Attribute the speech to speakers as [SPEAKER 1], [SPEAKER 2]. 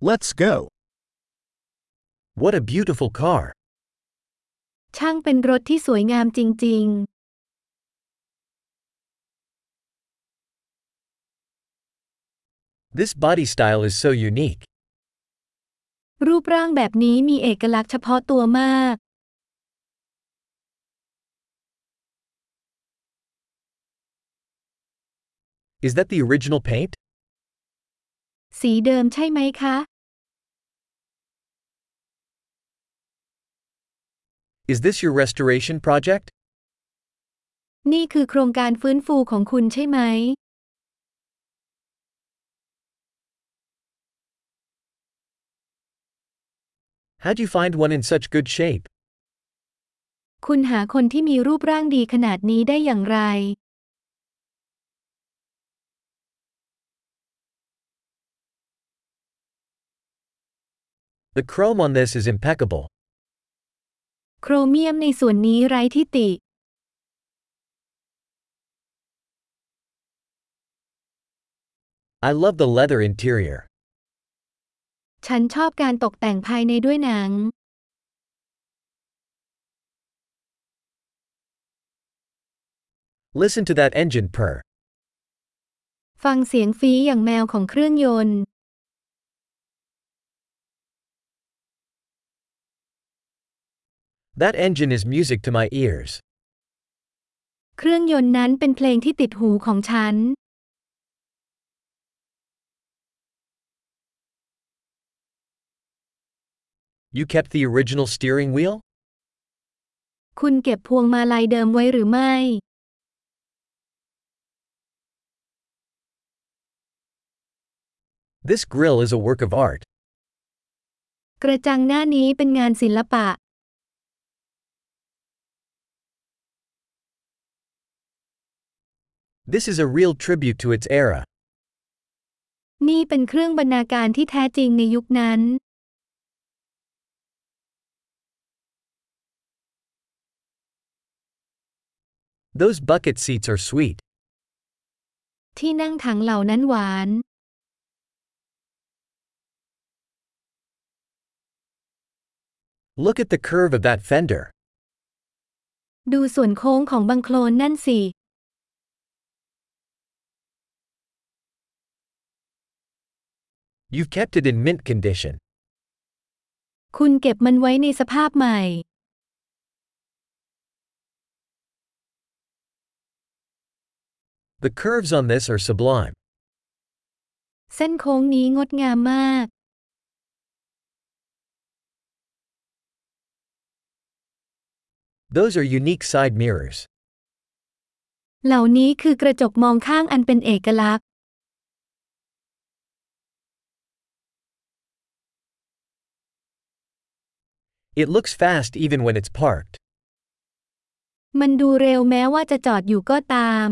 [SPEAKER 1] Let's go. What a beautiful car.
[SPEAKER 2] ช่างเป็นรถที่สวยงามจริง
[SPEAKER 1] This body style is so unique.
[SPEAKER 2] ๆ รูปร่างแบบนี้มีเอกลักษณ์เฉพาะตัวมาก
[SPEAKER 1] Is that the original paint?
[SPEAKER 2] สีเดิมใช่ไหมคะ
[SPEAKER 1] Is this your restoration project?
[SPEAKER 2] นี่คือโครงการฟื้นฟูของคุณใช่ไหม
[SPEAKER 1] How'd you find one in such good shape?
[SPEAKER 2] คุณหาคนที่มีรูปร่างดีขนาดนี้ได้อย่างไร
[SPEAKER 1] The chrome on this is impeccable.
[SPEAKER 2] โครเมียมในส่วนนี้ไร้ที่ติ
[SPEAKER 1] I love the leather interior.
[SPEAKER 2] ฉันชอบการตกแต่งภายในด้วยหนัง
[SPEAKER 1] Listen to that engine purr.
[SPEAKER 2] ฟังเสียงฟีอย่างแมวของเครื่องยนต์
[SPEAKER 1] That engine is music to my ears.
[SPEAKER 2] เครื่องยนต์นั้นเป็นเพลงที่ติดหูของฉัน
[SPEAKER 1] You kept the original steering wheel?
[SPEAKER 2] คุณเก็บพวงมาลัยเดิมไว้หรือไม่
[SPEAKER 1] This grill is a work of art.
[SPEAKER 2] กระจังหน้านี้เป็นงานศิลปะ
[SPEAKER 1] This is a real tribute to its era.
[SPEAKER 2] นี่เป็นเครื่องบรรณาการที่แท้จริงในยุคนั้น
[SPEAKER 1] Those bucket seats are sweet.
[SPEAKER 2] ที่นั่งถังเหล่านั้นหวาน
[SPEAKER 1] Look at the curve of that fender.
[SPEAKER 2] ดูส่วนโค้งของบังโคลนนั่นสิ
[SPEAKER 1] You've kept it in mint condition.
[SPEAKER 2] คุณเก็บมันไว้ในสภาพใหม่
[SPEAKER 1] The curves on this are sublime.
[SPEAKER 2] เส้นโค้งนี้งดงามมาก
[SPEAKER 1] Those are unique side mirrors.
[SPEAKER 2] เหล่านี้คือกระจกมองข้างอันเป็นเอกลักษณ์
[SPEAKER 1] It looks fast even when it's parked.
[SPEAKER 2] มันดูเร็วแม้ว่าจะจอดอยู่ก็ตาม